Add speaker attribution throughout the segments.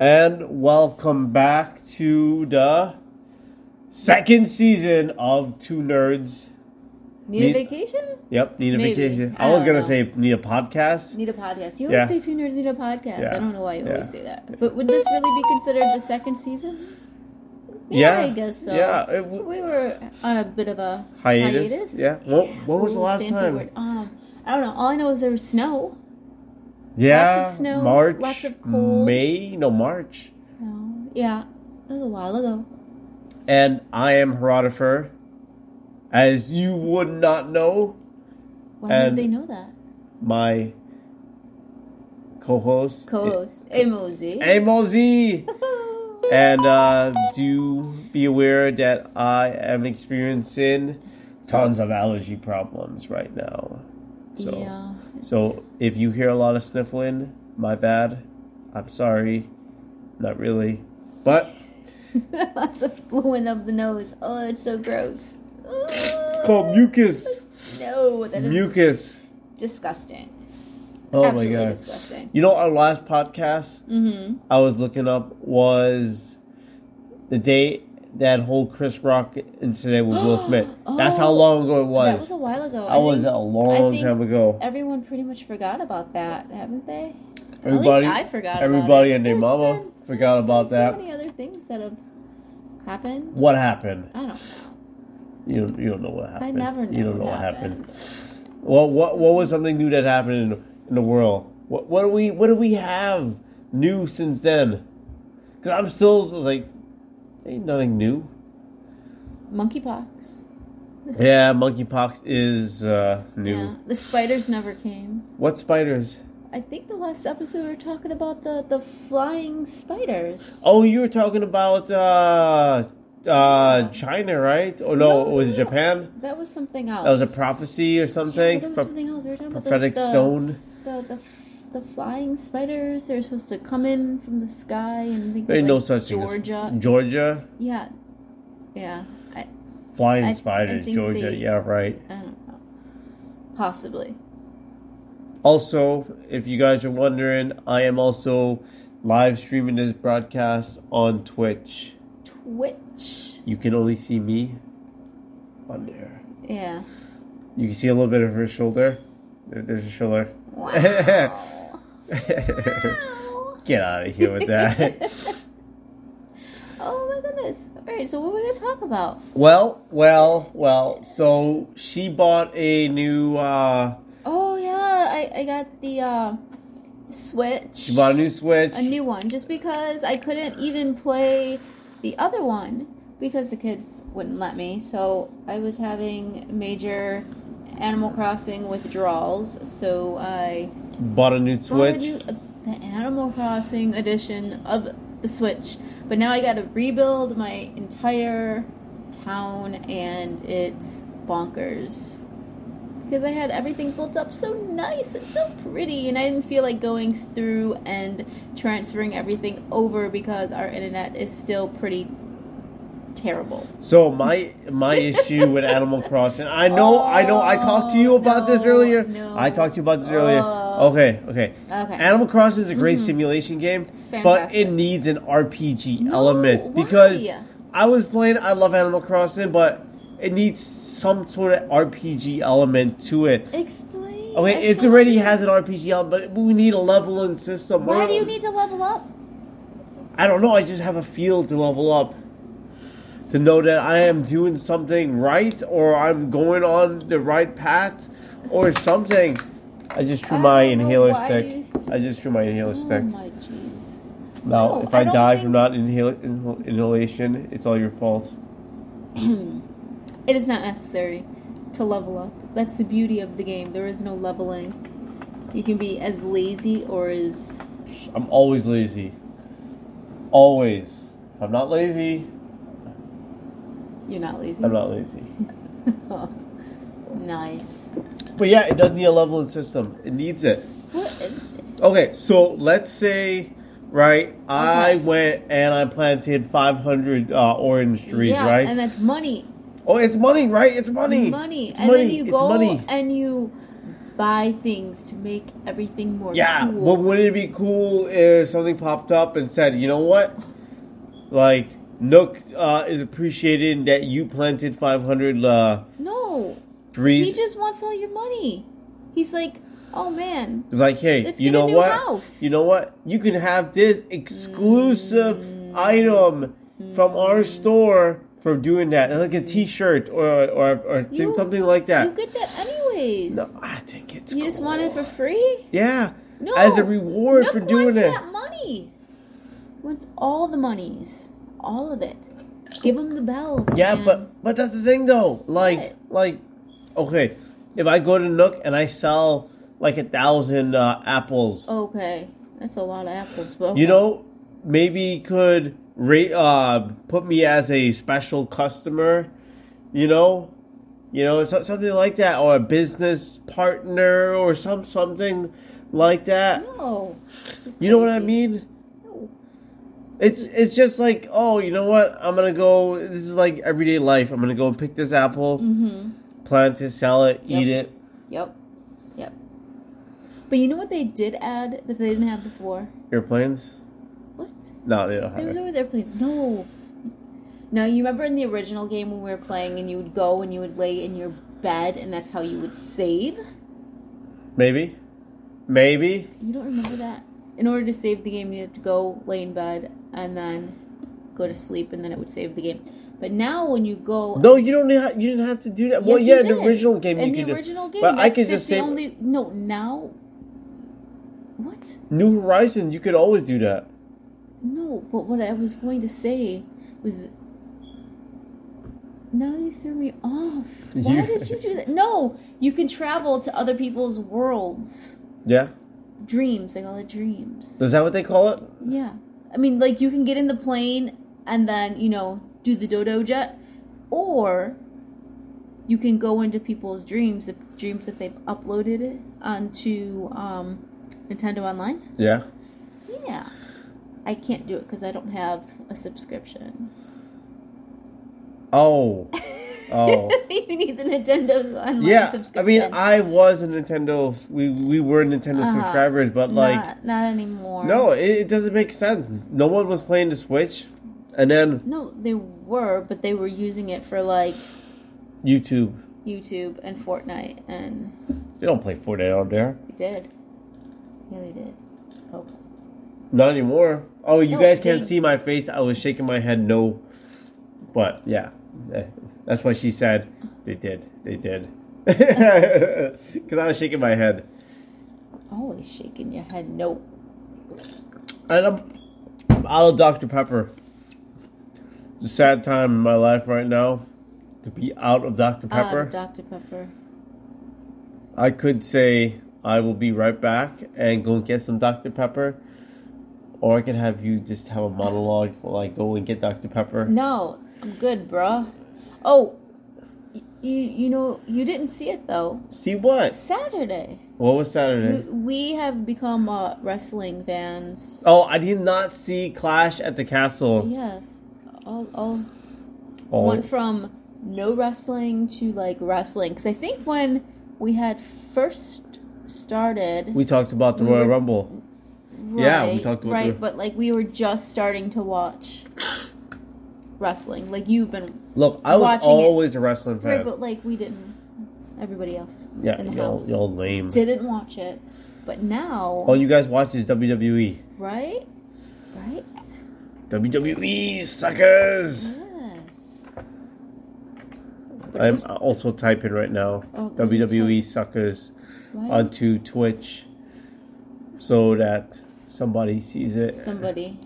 Speaker 1: and welcome back to the second season of Two Nerds.
Speaker 2: Need,
Speaker 1: Need-
Speaker 2: a vacation?
Speaker 1: Yep, need a
Speaker 2: Maybe.
Speaker 1: vacation.
Speaker 2: I
Speaker 1: I was
Speaker 2: don't
Speaker 1: gonna
Speaker 2: know.
Speaker 1: say need a podcast.
Speaker 2: Need a podcast. You always
Speaker 1: Yeah.
Speaker 2: say two nerds need a podcast.
Speaker 1: Yeah.
Speaker 2: I don't know why you
Speaker 1: Yeah.
Speaker 2: always say that. But would this really be considered the second season? I guess so.
Speaker 1: Yeah, it w-
Speaker 2: We were on a bit of a
Speaker 1: hiatus.
Speaker 2: hiatus.
Speaker 1: Yeah. What, what was the
Speaker 2: Ooh,
Speaker 1: last
Speaker 2: fancy
Speaker 1: time?
Speaker 2: word. Um, I don't know. All I know is there was snow.
Speaker 1: Yeah,
Speaker 2: Lots of snow,
Speaker 1: March,
Speaker 2: lots of cold.
Speaker 1: May, no March.
Speaker 2: No. Yeah. That was a while ago.
Speaker 1: And I am Herodifer. As you would not know,
Speaker 2: Why
Speaker 1: And-
Speaker 2: did they know that?
Speaker 1: my co-host
Speaker 2: Co-host. Emoji.
Speaker 1: Amozy. And uh, do be aware that I am experiencing tons of allergy problems right now. So,
Speaker 2: yeah. it's-
Speaker 1: so if you hear a lot of sniffling, my bad. I'm sorry. Not really. But
Speaker 2: Lots of fluid up the nose. Oh, it's so gross.
Speaker 1: called mucus.
Speaker 2: No, that is
Speaker 1: Mucus.
Speaker 2: disgusting.
Speaker 1: Oh
Speaker 2: Absolutely
Speaker 1: my god.
Speaker 2: disgusting.
Speaker 1: You know our last podcast
Speaker 2: Mm-hmm.
Speaker 1: I was looking up was the day that whole Chris Rock incident with Will Smith. That's how
Speaker 2: Oh,
Speaker 1: long ago it was.
Speaker 2: That was a while ago.
Speaker 1: That was
Speaker 2: think
Speaker 1: a long
Speaker 2: think-
Speaker 1: time ago.
Speaker 2: everyone pretty much forgot about that, haven't they?
Speaker 1: Everybody,
Speaker 2: At least I forgot.
Speaker 1: everybody
Speaker 2: about it.
Speaker 1: and their
Speaker 2: There's
Speaker 1: mama
Speaker 2: been-
Speaker 1: forgot about
Speaker 2: there's
Speaker 1: that.
Speaker 2: So many other things that have happened.
Speaker 1: What happened?
Speaker 2: I don't. know.
Speaker 1: You don't, you don't know what happened.
Speaker 2: I never know.
Speaker 1: You don't know what happened. Well, what what was something new that happened in, in the world? What what do we what do we have new since then? Because I'm still like, ain't nothing new.
Speaker 2: Monkeypox.
Speaker 1: Yeah, monkeypox is uh, new.
Speaker 2: Yeah. The spiders never came.
Speaker 1: What spiders?
Speaker 2: I think the last episode we were talking about the the flying spiders.
Speaker 1: Oh, you were talking about uh, uh, China, right? Or no,
Speaker 2: No,
Speaker 1: it was
Speaker 2: no, no.
Speaker 1: Japan.
Speaker 2: That was something else.
Speaker 1: Oh. That was a prophecy or something.
Speaker 2: Yeah, that was
Speaker 1: Pro-
Speaker 2: something else. We were talking about the-
Speaker 1: prophetic
Speaker 2: the,
Speaker 1: stone.
Speaker 2: The, the the flying spiders, they're supposed to come in from the sky and think
Speaker 1: There
Speaker 2: of,
Speaker 1: ain't no
Speaker 2: like,
Speaker 1: such thing. as-
Speaker 2: Georgia.
Speaker 1: Georgia.
Speaker 2: yeah. Yeah. I,
Speaker 1: Flying
Speaker 2: I- I
Speaker 1: spiders.
Speaker 2: think
Speaker 1: Georgia.
Speaker 2: they-
Speaker 1: Yeah, right.
Speaker 2: I don't know. Possibly.
Speaker 1: Also, if you guys are wondering, I am also live streaming this broadcast on Twitch.
Speaker 2: Twitch.
Speaker 1: You can only see me on there.
Speaker 2: Yeah.
Speaker 1: You can see a little bit of her shoulder. There- There's a shoulder.
Speaker 2: Wow.
Speaker 1: Get out of here with that.
Speaker 2: oh my goodness. All right, so what are we going to talk about?
Speaker 1: well, well, well. So she bought a new. uh
Speaker 2: Oh yeah, I, I got the uh, Switch.
Speaker 1: She bought a new Switch.
Speaker 2: a new one just because I couldn't even play the other one because the kids wouldn't let me. So I was having major Animal Crossing withdrawals. So I
Speaker 1: bought a new
Speaker 2: bought a
Speaker 1: Switch.
Speaker 2: new- uh, the Animal Crossing edition of the Switch. But now I got to rebuild my entire town and it's bonkers. Because I had everything built up so nice, it's so pretty, and I didn't feel like going through and transferring everything over because our internet is still pretty terrible.
Speaker 1: So my my issue with Animal Crossing, I know, I know, I talked to you
Speaker 2: Oh,
Speaker 1: about this
Speaker 2: no,
Speaker 1: earlier.
Speaker 2: no.
Speaker 1: I talked to you about this earlier.
Speaker 2: Oh.
Speaker 1: Okay, okay.
Speaker 2: Okay. Mm-hmm.
Speaker 1: Animal Crossing is a great simulation game, but
Speaker 2: Fantastic.
Speaker 1: it needs an RPG
Speaker 2: No,
Speaker 1: element
Speaker 2: why?
Speaker 1: because I was playing. I love Animal Crossing, but it needs some sort of RPG element to it.
Speaker 2: Explain.
Speaker 1: Okay,
Speaker 2: I
Speaker 1: it
Speaker 2: still-
Speaker 1: already has an RPG element, but we need a leveling system.
Speaker 2: Why
Speaker 1: We're-
Speaker 2: do you need to level up?
Speaker 1: I don't know. I just have a feel to level up. To know that I am doing something right or I'm going on the right path or something. I just threw
Speaker 2: I
Speaker 1: my
Speaker 2: don't know
Speaker 1: inhaler
Speaker 2: why
Speaker 1: stick.
Speaker 2: you-
Speaker 1: I just threw my inhaler stick.
Speaker 2: Oh my jeez.
Speaker 1: Now,
Speaker 2: No,
Speaker 1: if
Speaker 2: I
Speaker 1: I,
Speaker 2: don't
Speaker 1: die
Speaker 2: think-
Speaker 1: from not inhale, inhal- inhalation, it's all your fault.
Speaker 2: It is not necessary to level up. That's the beauty of the game. There is no leveling. You can be as lazy or as
Speaker 1: I'm always lazy. Always. If I'm not lazy,
Speaker 2: you're not lazy. Oh,
Speaker 1: I'm not lazy.
Speaker 2: nice.
Speaker 1: But yeah, it does need a leveling system. It needs it.
Speaker 2: What?
Speaker 1: Okay, so let's say, right, I
Speaker 2: Okay.
Speaker 1: went and I planted 500 uh, orange trees,
Speaker 2: yeah,
Speaker 1: right?
Speaker 2: and that's money.
Speaker 1: oh, it's money, right? It's money.
Speaker 2: Money.
Speaker 1: It's
Speaker 2: and
Speaker 1: money.
Speaker 2: then you
Speaker 1: it's
Speaker 2: go
Speaker 1: money.
Speaker 2: and you buy things to make everything more
Speaker 1: Yeah,
Speaker 2: cool.
Speaker 1: but wouldn't it be cool if something popped up and said, you know what? Like, Nook uh, is appreciating that you planted 500 uh,
Speaker 2: no,
Speaker 1: trees.
Speaker 2: he just wants all your money. He's like, oh man,
Speaker 1: it's like, hey,
Speaker 2: Let's
Speaker 1: you
Speaker 2: get a
Speaker 1: know
Speaker 2: new
Speaker 1: what?
Speaker 2: house."
Speaker 1: You know what? You can have this exclusive
Speaker 2: Mm.
Speaker 1: item from our store for doing that, and like a T-shirt or or or thing-
Speaker 2: You-
Speaker 1: something like
Speaker 2: you
Speaker 1: that.
Speaker 2: get that anyways.
Speaker 1: No, I think it's.
Speaker 2: you just
Speaker 1: cool.
Speaker 2: want it for free.
Speaker 1: Yeah,
Speaker 2: No,
Speaker 1: as a reward
Speaker 2: Nook
Speaker 1: for doing
Speaker 2: wants
Speaker 1: it.
Speaker 2: that money. He wants all the monies, all of it. Give him the bells.
Speaker 1: Yeah,
Speaker 2: man.
Speaker 1: but but that's the thing though. Like
Speaker 2: What?
Speaker 1: like, okay, if I go to Nook and I sell like a thousand uh, apples,
Speaker 2: okay, that's a lot of apples, but
Speaker 1: you know, maybe you could rate uh put me as a special customer, you know, you know so, something like that, or a business partner or some something like that.
Speaker 2: no,
Speaker 1: You know what I
Speaker 2: Crazy.
Speaker 1: mean? It's it's just like oh you know what I'm gonna go this is like everyday life I'm gonna go and pick this apple
Speaker 2: Mm-hmm.
Speaker 1: plant it, sell it, eat
Speaker 2: Yep.
Speaker 1: it.
Speaker 2: Yep. Yep. But you know what they did add that they didn't have before?
Speaker 1: Airplanes?
Speaker 2: What?
Speaker 1: No, they don't
Speaker 2: There
Speaker 1: have
Speaker 2: was
Speaker 1: it.
Speaker 2: always airplanes. No. No, you remember in the original game when we were playing and you would go and you would lay in your bed and that's how you would save?
Speaker 1: Maybe, maybe.
Speaker 2: You don't remember that? In order to save the game, you had to go lay in bed and then go to sleep and then it would save the game. But now when you go.
Speaker 1: No, you don't. Ha- you didn't have to do that. well,
Speaker 2: Yes,
Speaker 1: yeah,
Speaker 2: you
Speaker 1: in the
Speaker 2: did.
Speaker 1: original game
Speaker 2: in
Speaker 1: you
Speaker 2: the
Speaker 1: could.
Speaker 2: original game,
Speaker 1: but I
Speaker 2: that's,
Speaker 1: could
Speaker 2: that's
Speaker 1: just
Speaker 2: the
Speaker 1: save-
Speaker 2: only. No, now. What?
Speaker 1: do, New Horizons, you could always do that.
Speaker 2: No, but what I was going to say was. Now you threw me off. Why
Speaker 1: You-
Speaker 2: did you do that? No, you can travel to other people's worlds,
Speaker 1: Yeah,
Speaker 2: dreams. They call it dreams.
Speaker 1: is that what they call it?
Speaker 2: Yeah, I mean, like you can get in the plane and then you know do the dodo jet, or you can go into people's dreams, the dreams that they've uploaded it onto um, Nintendo Online.
Speaker 1: Yeah.
Speaker 2: Yeah. I can't do it because I don't have a subscription.
Speaker 1: Oh. Oh.
Speaker 2: you need the Nintendo online
Speaker 1: yeah. I
Speaker 2: subscription.
Speaker 1: mean, I was a Nintendo. We we were Nintendo
Speaker 2: Uh-huh.
Speaker 1: subscribers, but like,
Speaker 2: not, not anymore.
Speaker 1: no, it, it doesn't make sense. No one was playing the Switch, and then
Speaker 2: No, they were, but they were using it for like
Speaker 1: YouTube.
Speaker 2: YouTube and Fortnite, and
Speaker 1: They don't play Fortnite on there.
Speaker 2: they did. Yeah, they did. Oh.
Speaker 1: Not anymore. Oh, you
Speaker 2: No,
Speaker 1: guys can't
Speaker 2: they-
Speaker 1: see my face. I was shaking my head no. But yeah, Eh, that's why she said they did. They did. Because I was shaking my head.
Speaker 2: Always shaking your head. No.
Speaker 1: And I'm, I'm out of Dr. Pepper. It's a sad time in my life right now to be out of Dr.
Speaker 2: Out of
Speaker 1: Pepper.
Speaker 2: Dr. Ah, Pepper.
Speaker 1: I could say I will be right back and go get some Dr. Pepper. Or I could have you just have a monologue while I go and get Dr. Pepper.
Speaker 2: No, I'm good, bruh. Oh, y- you you know you didn't see it though.
Speaker 1: See what?
Speaker 2: Saturday.
Speaker 1: What was Saturday?
Speaker 2: We, we have become uh, wrestling fans.
Speaker 1: Oh, I did not see Clash at the Castle.
Speaker 2: Yes. All, all
Speaker 1: Oh,
Speaker 2: went from no wrestling to like wrestling. Because I think when we had first started,
Speaker 1: we talked about the
Speaker 2: We
Speaker 1: Royal
Speaker 2: were-
Speaker 1: Rumble.
Speaker 2: right,
Speaker 1: yeah, we talked about
Speaker 2: right,
Speaker 1: the-
Speaker 2: but like we were just starting to watch wrestling. Like you've been
Speaker 1: Look, I was
Speaker 2: watching it.
Speaker 1: always a wrestling fan.
Speaker 2: right, but like we didn't. Everybody else
Speaker 1: yeah,
Speaker 2: in the
Speaker 1: y'all,
Speaker 2: house
Speaker 1: y'all Oh, lame.
Speaker 2: didn't watch it, but now,
Speaker 1: All you guys watch is E. WWE.
Speaker 2: right, right.
Speaker 1: WWE E suckers.
Speaker 2: Yes.
Speaker 1: I'm also typing right now.
Speaker 2: Oh,
Speaker 1: WWE suckers
Speaker 2: Why
Speaker 1: onto Twitch, so that somebody sees it.
Speaker 2: somebody,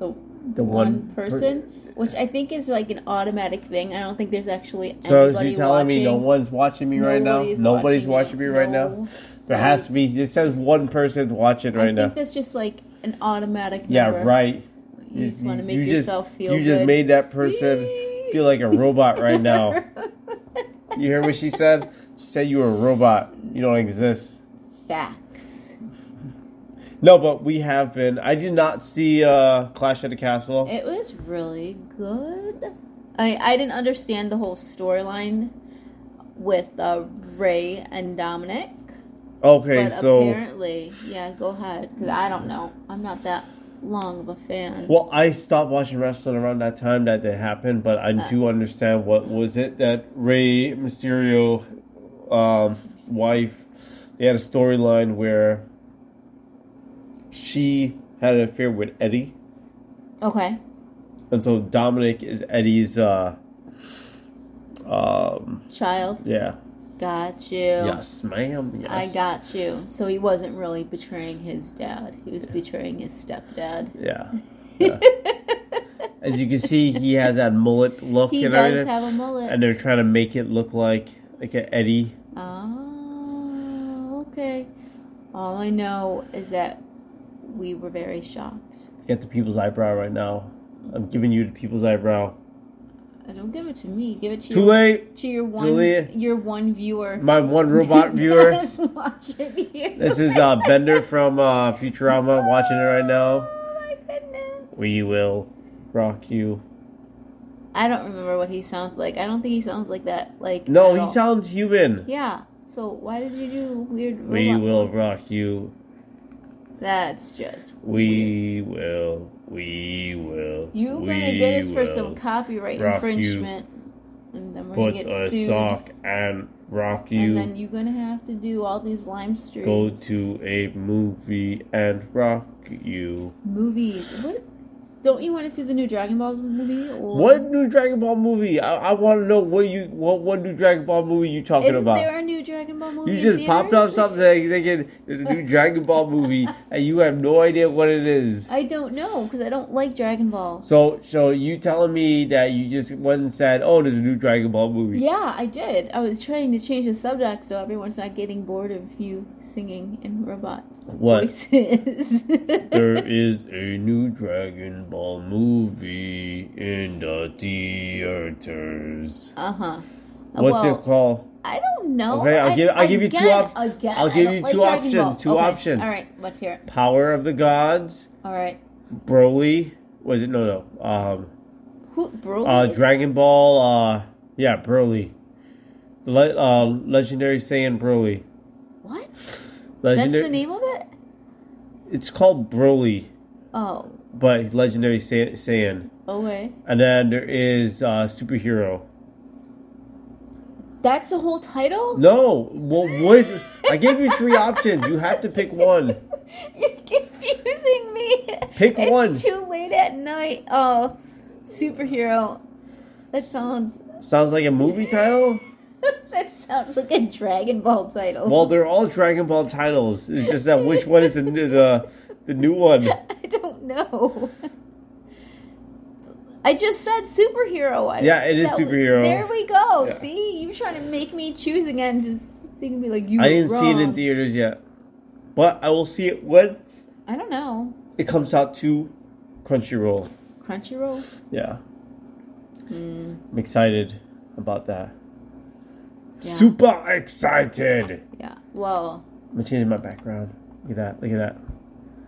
Speaker 2: the,
Speaker 1: The
Speaker 2: one,
Speaker 1: one per-
Speaker 2: person, which I think is like an automatic thing. I don't think there's actually
Speaker 1: so is
Speaker 2: anybody
Speaker 1: you telling
Speaker 2: watching.
Speaker 1: me no one's watching me right now?
Speaker 2: Nobody's
Speaker 1: Nobody's watching,
Speaker 2: watching
Speaker 1: me
Speaker 2: it.
Speaker 1: right now.
Speaker 2: No.
Speaker 1: There has to be. It says one person watching
Speaker 2: I
Speaker 1: right
Speaker 2: think
Speaker 1: now.
Speaker 2: that's just like an automatic.
Speaker 1: Yeah,
Speaker 2: number.
Speaker 1: right.
Speaker 2: You, just want to make
Speaker 1: you just-
Speaker 2: yourself feel.
Speaker 1: You just
Speaker 2: good.
Speaker 1: made that person feel like a robot right now. You hear what she said? She said you were a robot. You don't exist.
Speaker 2: Facts.
Speaker 1: No, but we have been. I did not see uh, Clash at the Castle.
Speaker 2: It was really good. I I didn't understand the whole storyline with uh, Ray and Dominic.
Speaker 1: Okay,
Speaker 2: but
Speaker 1: so
Speaker 2: apparently, yeah, go ahead. Because I don't know. I'm not that long of a fan.
Speaker 1: well, I stopped watching wrestling around that time that it happened, but I
Speaker 2: Uh.
Speaker 1: do understand what was it that Ray Mysterio, um, wife, they had a storyline where she had an affair with Eddie,
Speaker 2: Okay.
Speaker 1: and so Dominic is Eddie's. Uh, um.
Speaker 2: Child,
Speaker 1: Yeah.
Speaker 2: got you.
Speaker 1: Yes, ma'am. Yes.
Speaker 2: I got you. So he wasn't really betraying his dad. He was betraying his stepdad.
Speaker 1: Yeah. yeah. As you can see, he has that mullet look
Speaker 2: He
Speaker 1: and
Speaker 2: does
Speaker 1: everything.
Speaker 2: have a mullet.
Speaker 1: and they're trying to make it look like like an Eddie.
Speaker 2: Oh, okay. All I know is that we were very shocked.
Speaker 1: Get the people's eyebrow right now. I'm giving you the people's eyebrow.
Speaker 2: Uh, Don't give it to me. Give it to
Speaker 1: Too
Speaker 2: your,
Speaker 1: late.
Speaker 2: to your one
Speaker 1: Julia.
Speaker 2: your one viewer.
Speaker 1: My one robot viewer.
Speaker 2: That's watching you.
Speaker 1: This is uh, Bender from uh, Futurama watching it right now.
Speaker 2: Oh my goodness.
Speaker 1: We will rock you.
Speaker 2: I don't remember what he sounds like. I don't think he sounds like that. Like
Speaker 1: No,
Speaker 2: at
Speaker 1: he
Speaker 2: all.
Speaker 1: sounds human.
Speaker 2: Yeah. So why did you do weird?
Speaker 1: We
Speaker 2: robot?
Speaker 1: will rock you.
Speaker 2: That's just. weird.
Speaker 1: We will. We will.
Speaker 2: You're
Speaker 1: we
Speaker 2: gonna get us for
Speaker 1: will.
Speaker 2: some copyright
Speaker 1: rock you.
Speaker 2: infringement, and then we're
Speaker 1: put
Speaker 2: gonna
Speaker 1: a
Speaker 2: get sued.
Speaker 1: sock and rock you.
Speaker 2: and then you're gonna have to do all these lime streams.
Speaker 1: Go to a movie and rock you.
Speaker 2: movies. What? Don't you want to see the new Dragon Ball movie? Or
Speaker 1: What new Dragon Ball movie? I, I want to know what you what what new Dragon Ball movie you talking
Speaker 2: Isn't
Speaker 1: about?
Speaker 2: there a new Dragon Ball movie?
Speaker 1: you
Speaker 2: in
Speaker 1: just popped up
Speaker 2: theaters?
Speaker 1: something thinking there's a new Dragon Ball movie and you have no idea what it is.
Speaker 2: I don't know because I don't like Dragon Ball.
Speaker 1: So so you telling me that you just went and said, oh, there's a new Dragon Ball movie.
Speaker 2: Yeah, I did. I was trying to change the subject so everyone's not getting bored of you singing in robot
Speaker 1: What?
Speaker 2: voices.
Speaker 1: there is a new Dragon Ball movie in the theaters.
Speaker 2: uh huh.
Speaker 1: What's
Speaker 2: well,
Speaker 1: it called?
Speaker 2: I don't know.
Speaker 1: Okay, I'll
Speaker 2: I-
Speaker 1: give- I'll give you two
Speaker 2: again-
Speaker 1: op-
Speaker 2: Again,
Speaker 1: I'll
Speaker 2: I
Speaker 1: give
Speaker 2: don't
Speaker 1: you
Speaker 2: like
Speaker 1: two
Speaker 2: Dragon
Speaker 1: option-
Speaker 2: Ball.
Speaker 1: two
Speaker 2: Okay,
Speaker 1: options.
Speaker 2: All right, let's hear it.
Speaker 1: Power of the Gods,
Speaker 2: All right,
Speaker 1: Broly. Was it no no? Um,
Speaker 2: who Broly?
Speaker 1: uh, Dragon Ball. Uh, yeah, Broly. Le- uh, Legendary Saiyan Broly.
Speaker 2: what? That's
Speaker 1: Legendary.
Speaker 2: the name of it.
Speaker 1: It's called Broly,
Speaker 2: Oh,
Speaker 1: but Legendary Sai- Saiyan.
Speaker 2: okay.
Speaker 1: And then there is uh, superhero.
Speaker 2: That's the whole title.
Speaker 1: No, well, what? I gave you three options. You have to pick one.
Speaker 2: You're confusing me.
Speaker 1: Pick
Speaker 2: it's
Speaker 1: one.
Speaker 2: It's too late at night. Oh, superhero. That sounds.
Speaker 1: Sounds like a movie title.
Speaker 2: that sounds like a Dragon Ball title.
Speaker 1: Well, they're all Dragon Ball titles. It's just that which one is the the, the new one?
Speaker 2: I don't know. I just said superhero. I
Speaker 1: Yeah, it is
Speaker 2: that was-
Speaker 1: superhero.
Speaker 2: There we go.
Speaker 1: Yeah.
Speaker 2: See, you trying to make me choose again, just so you can be like you.
Speaker 1: I
Speaker 2: were
Speaker 1: didn't see it in
Speaker 2: wrong.
Speaker 1: theaters yet, but I will see it when
Speaker 2: I don't know.
Speaker 1: it comes out to Crunchyroll.
Speaker 2: Crunchyroll.
Speaker 1: Yeah,
Speaker 2: Mm,
Speaker 1: I'm excited about that.
Speaker 2: Yeah.
Speaker 1: Super excited.
Speaker 2: yeah. Well,
Speaker 1: I'm gonna change my background. Look at that. Look at that.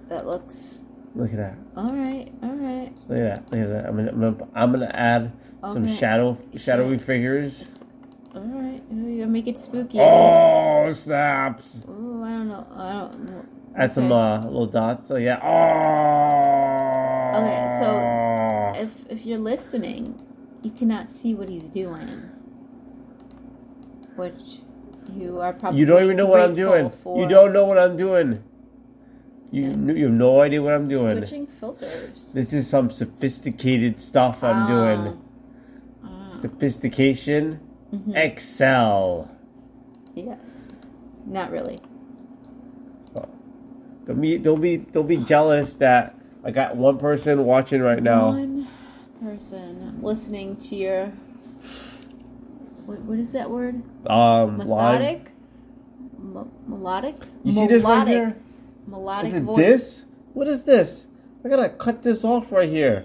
Speaker 2: that looks
Speaker 1: Look at that.
Speaker 2: all right. All right.
Speaker 1: Look at that. Look at that. I'm gonna I'm gonna, I'm gonna add some
Speaker 2: Okay.
Speaker 1: shadow shadowy figures.
Speaker 2: All right. You gotta make it spooky. I guess.
Speaker 1: Oh snaps!
Speaker 2: Oh, I don't know. I don't. know.
Speaker 1: Add some
Speaker 2: Okay.
Speaker 1: uh, little dots. So yeah. Oh.
Speaker 2: Okay, so If if you're listening, you cannot see what he's doing, which you are probably
Speaker 1: You don't even know what I'm
Speaker 2: grateful
Speaker 1: doing.
Speaker 2: for.
Speaker 1: You don't know what I'm doing. You
Speaker 2: Yeah.
Speaker 1: you have no idea what I'm doing.
Speaker 2: Switching filters.
Speaker 1: This is some sophisticated stuff I'm
Speaker 2: Ah.
Speaker 1: doing. Sophistication.
Speaker 2: Mhm.
Speaker 1: Excel.
Speaker 2: Yes. Not really.
Speaker 1: Don't be don't be don't be jealous that I got one person watching right now.
Speaker 2: One person listening to your. What, what is that word?
Speaker 1: Um, live.
Speaker 2: Methodic. Mo- melodic.
Speaker 1: You see this right
Speaker 2: Melodic.
Speaker 1: here?
Speaker 2: Melodic
Speaker 1: Is it
Speaker 2: voice.
Speaker 1: this? What is this? I gotta cut this off right here.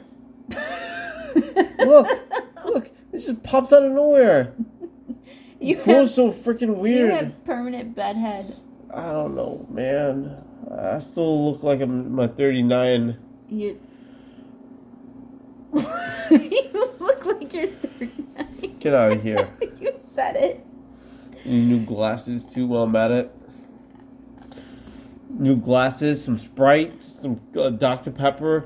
Speaker 1: Look, look, it just pops out of nowhere.
Speaker 2: you
Speaker 1: It
Speaker 2: have,
Speaker 1: feels so freaking
Speaker 2: you
Speaker 1: weird.
Speaker 2: have permanent bedhead.
Speaker 1: I don't know, man. I still look like I'm my 39.
Speaker 2: You. you look like you're 39.
Speaker 1: Get out of here.
Speaker 2: you said it.
Speaker 1: You new glasses too while I'm at it. new glasses, some Sprites, some uh, Dr. Pepper.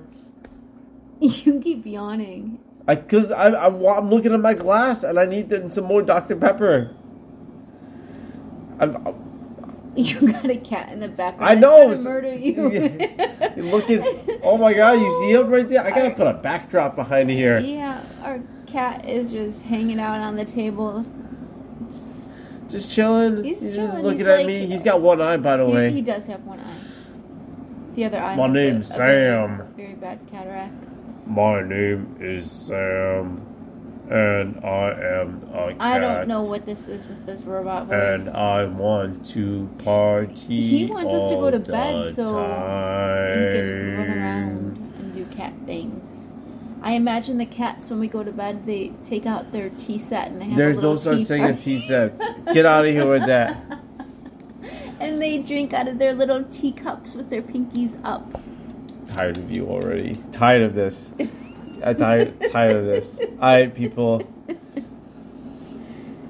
Speaker 2: You keep yawning.
Speaker 1: I cause I, I wa- I'm looking at my glass and I need then some more Dr. Pepper. I'm, I'm
Speaker 2: You got a cat in the background.
Speaker 1: I
Speaker 2: that's
Speaker 1: know,
Speaker 2: trying to
Speaker 1: it's-
Speaker 2: murder you.
Speaker 1: yeah. looking. Oh my god, you see him right there? I gotta
Speaker 2: Alright.
Speaker 1: put a backdrop behind here.
Speaker 2: Yeah, our cat is just hanging out on the table. Just-
Speaker 1: Just chilling.
Speaker 2: He's
Speaker 1: just
Speaker 2: chilling,
Speaker 1: looking
Speaker 2: he's
Speaker 1: at
Speaker 2: like-
Speaker 1: me. He's got one eye, by the
Speaker 2: He,
Speaker 1: way.
Speaker 2: he does have one eye. The other eye.
Speaker 1: My
Speaker 2: has a-
Speaker 1: name's
Speaker 2: a very-
Speaker 1: Sam.
Speaker 2: Very bad cataract.
Speaker 1: My name is Sam, and I am a cat.
Speaker 2: I don't know what this is with this robot voice.
Speaker 1: And I want to party.
Speaker 2: He wants us to go
Speaker 1: all
Speaker 2: to bed
Speaker 1: the
Speaker 2: so and he can run around and do cat things. I imagine the cats when we go to bed, they take out their tea set and they have a
Speaker 1: There's no
Speaker 2: little
Speaker 1: such
Speaker 2: tea
Speaker 1: thing
Speaker 2: party.
Speaker 1: as tea sets. Get out of here with that.
Speaker 2: And they drink out of their little teacups with their pinkies up.
Speaker 1: Tired of you already. Tired of this. I tired tired of this. All right, people.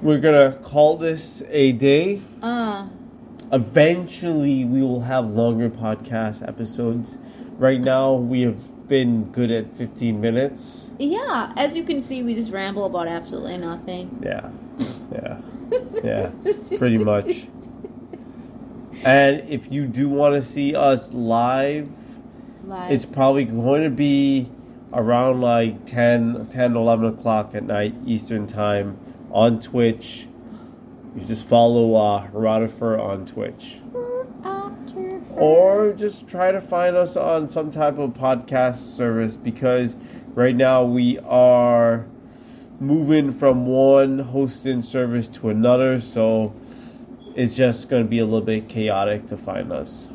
Speaker 1: We're gonna call this a day.
Speaker 2: Uh,
Speaker 1: Eventually, we will have longer podcast episodes. Right now, we have been good at 15 minutes.
Speaker 2: yeah, as you can see, we just ramble about absolutely nothing.
Speaker 1: Yeah, yeah, yeah. pretty much. And if you do want to see us live,
Speaker 2: Live.
Speaker 1: it's probably going to be around like 10, 10 11 o'clock at night Eastern Time on Twitch. You just follow uh, Herodifer on Twitch.
Speaker 2: After-
Speaker 1: Or just try to find us on some type of podcast service because right now we are moving from one hosting service to another. So it's just going to be a little bit chaotic to find us.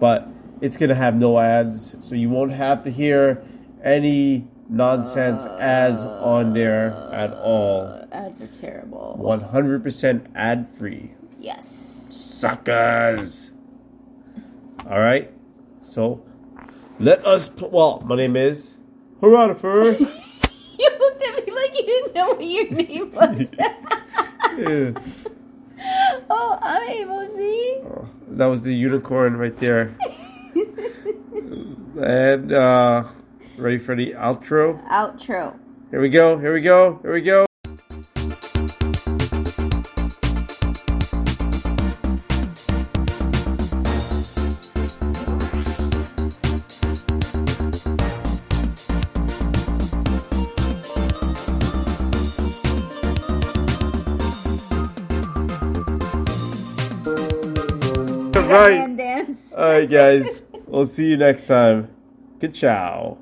Speaker 1: But it's going to have no ads. So you won't have to hear any nonsense ads on there at all.
Speaker 2: Uh, ads are terrible.
Speaker 1: 100% ad free
Speaker 2: Yes.
Speaker 1: suckers. All right. So let us. Pl- well, my name is Herodifer.
Speaker 2: You looked at me like you didn't know what your name was.
Speaker 1: Yeah.
Speaker 2: oh, I'm OZ.
Speaker 1: Oh, that was the unicorn right there. And uh, ready for the outro?
Speaker 2: Outro.
Speaker 1: Here we go. Here we go. Here we go. All right.
Speaker 2: Sand dance.
Speaker 1: All right, guys. We'll see you next time. Good ciao.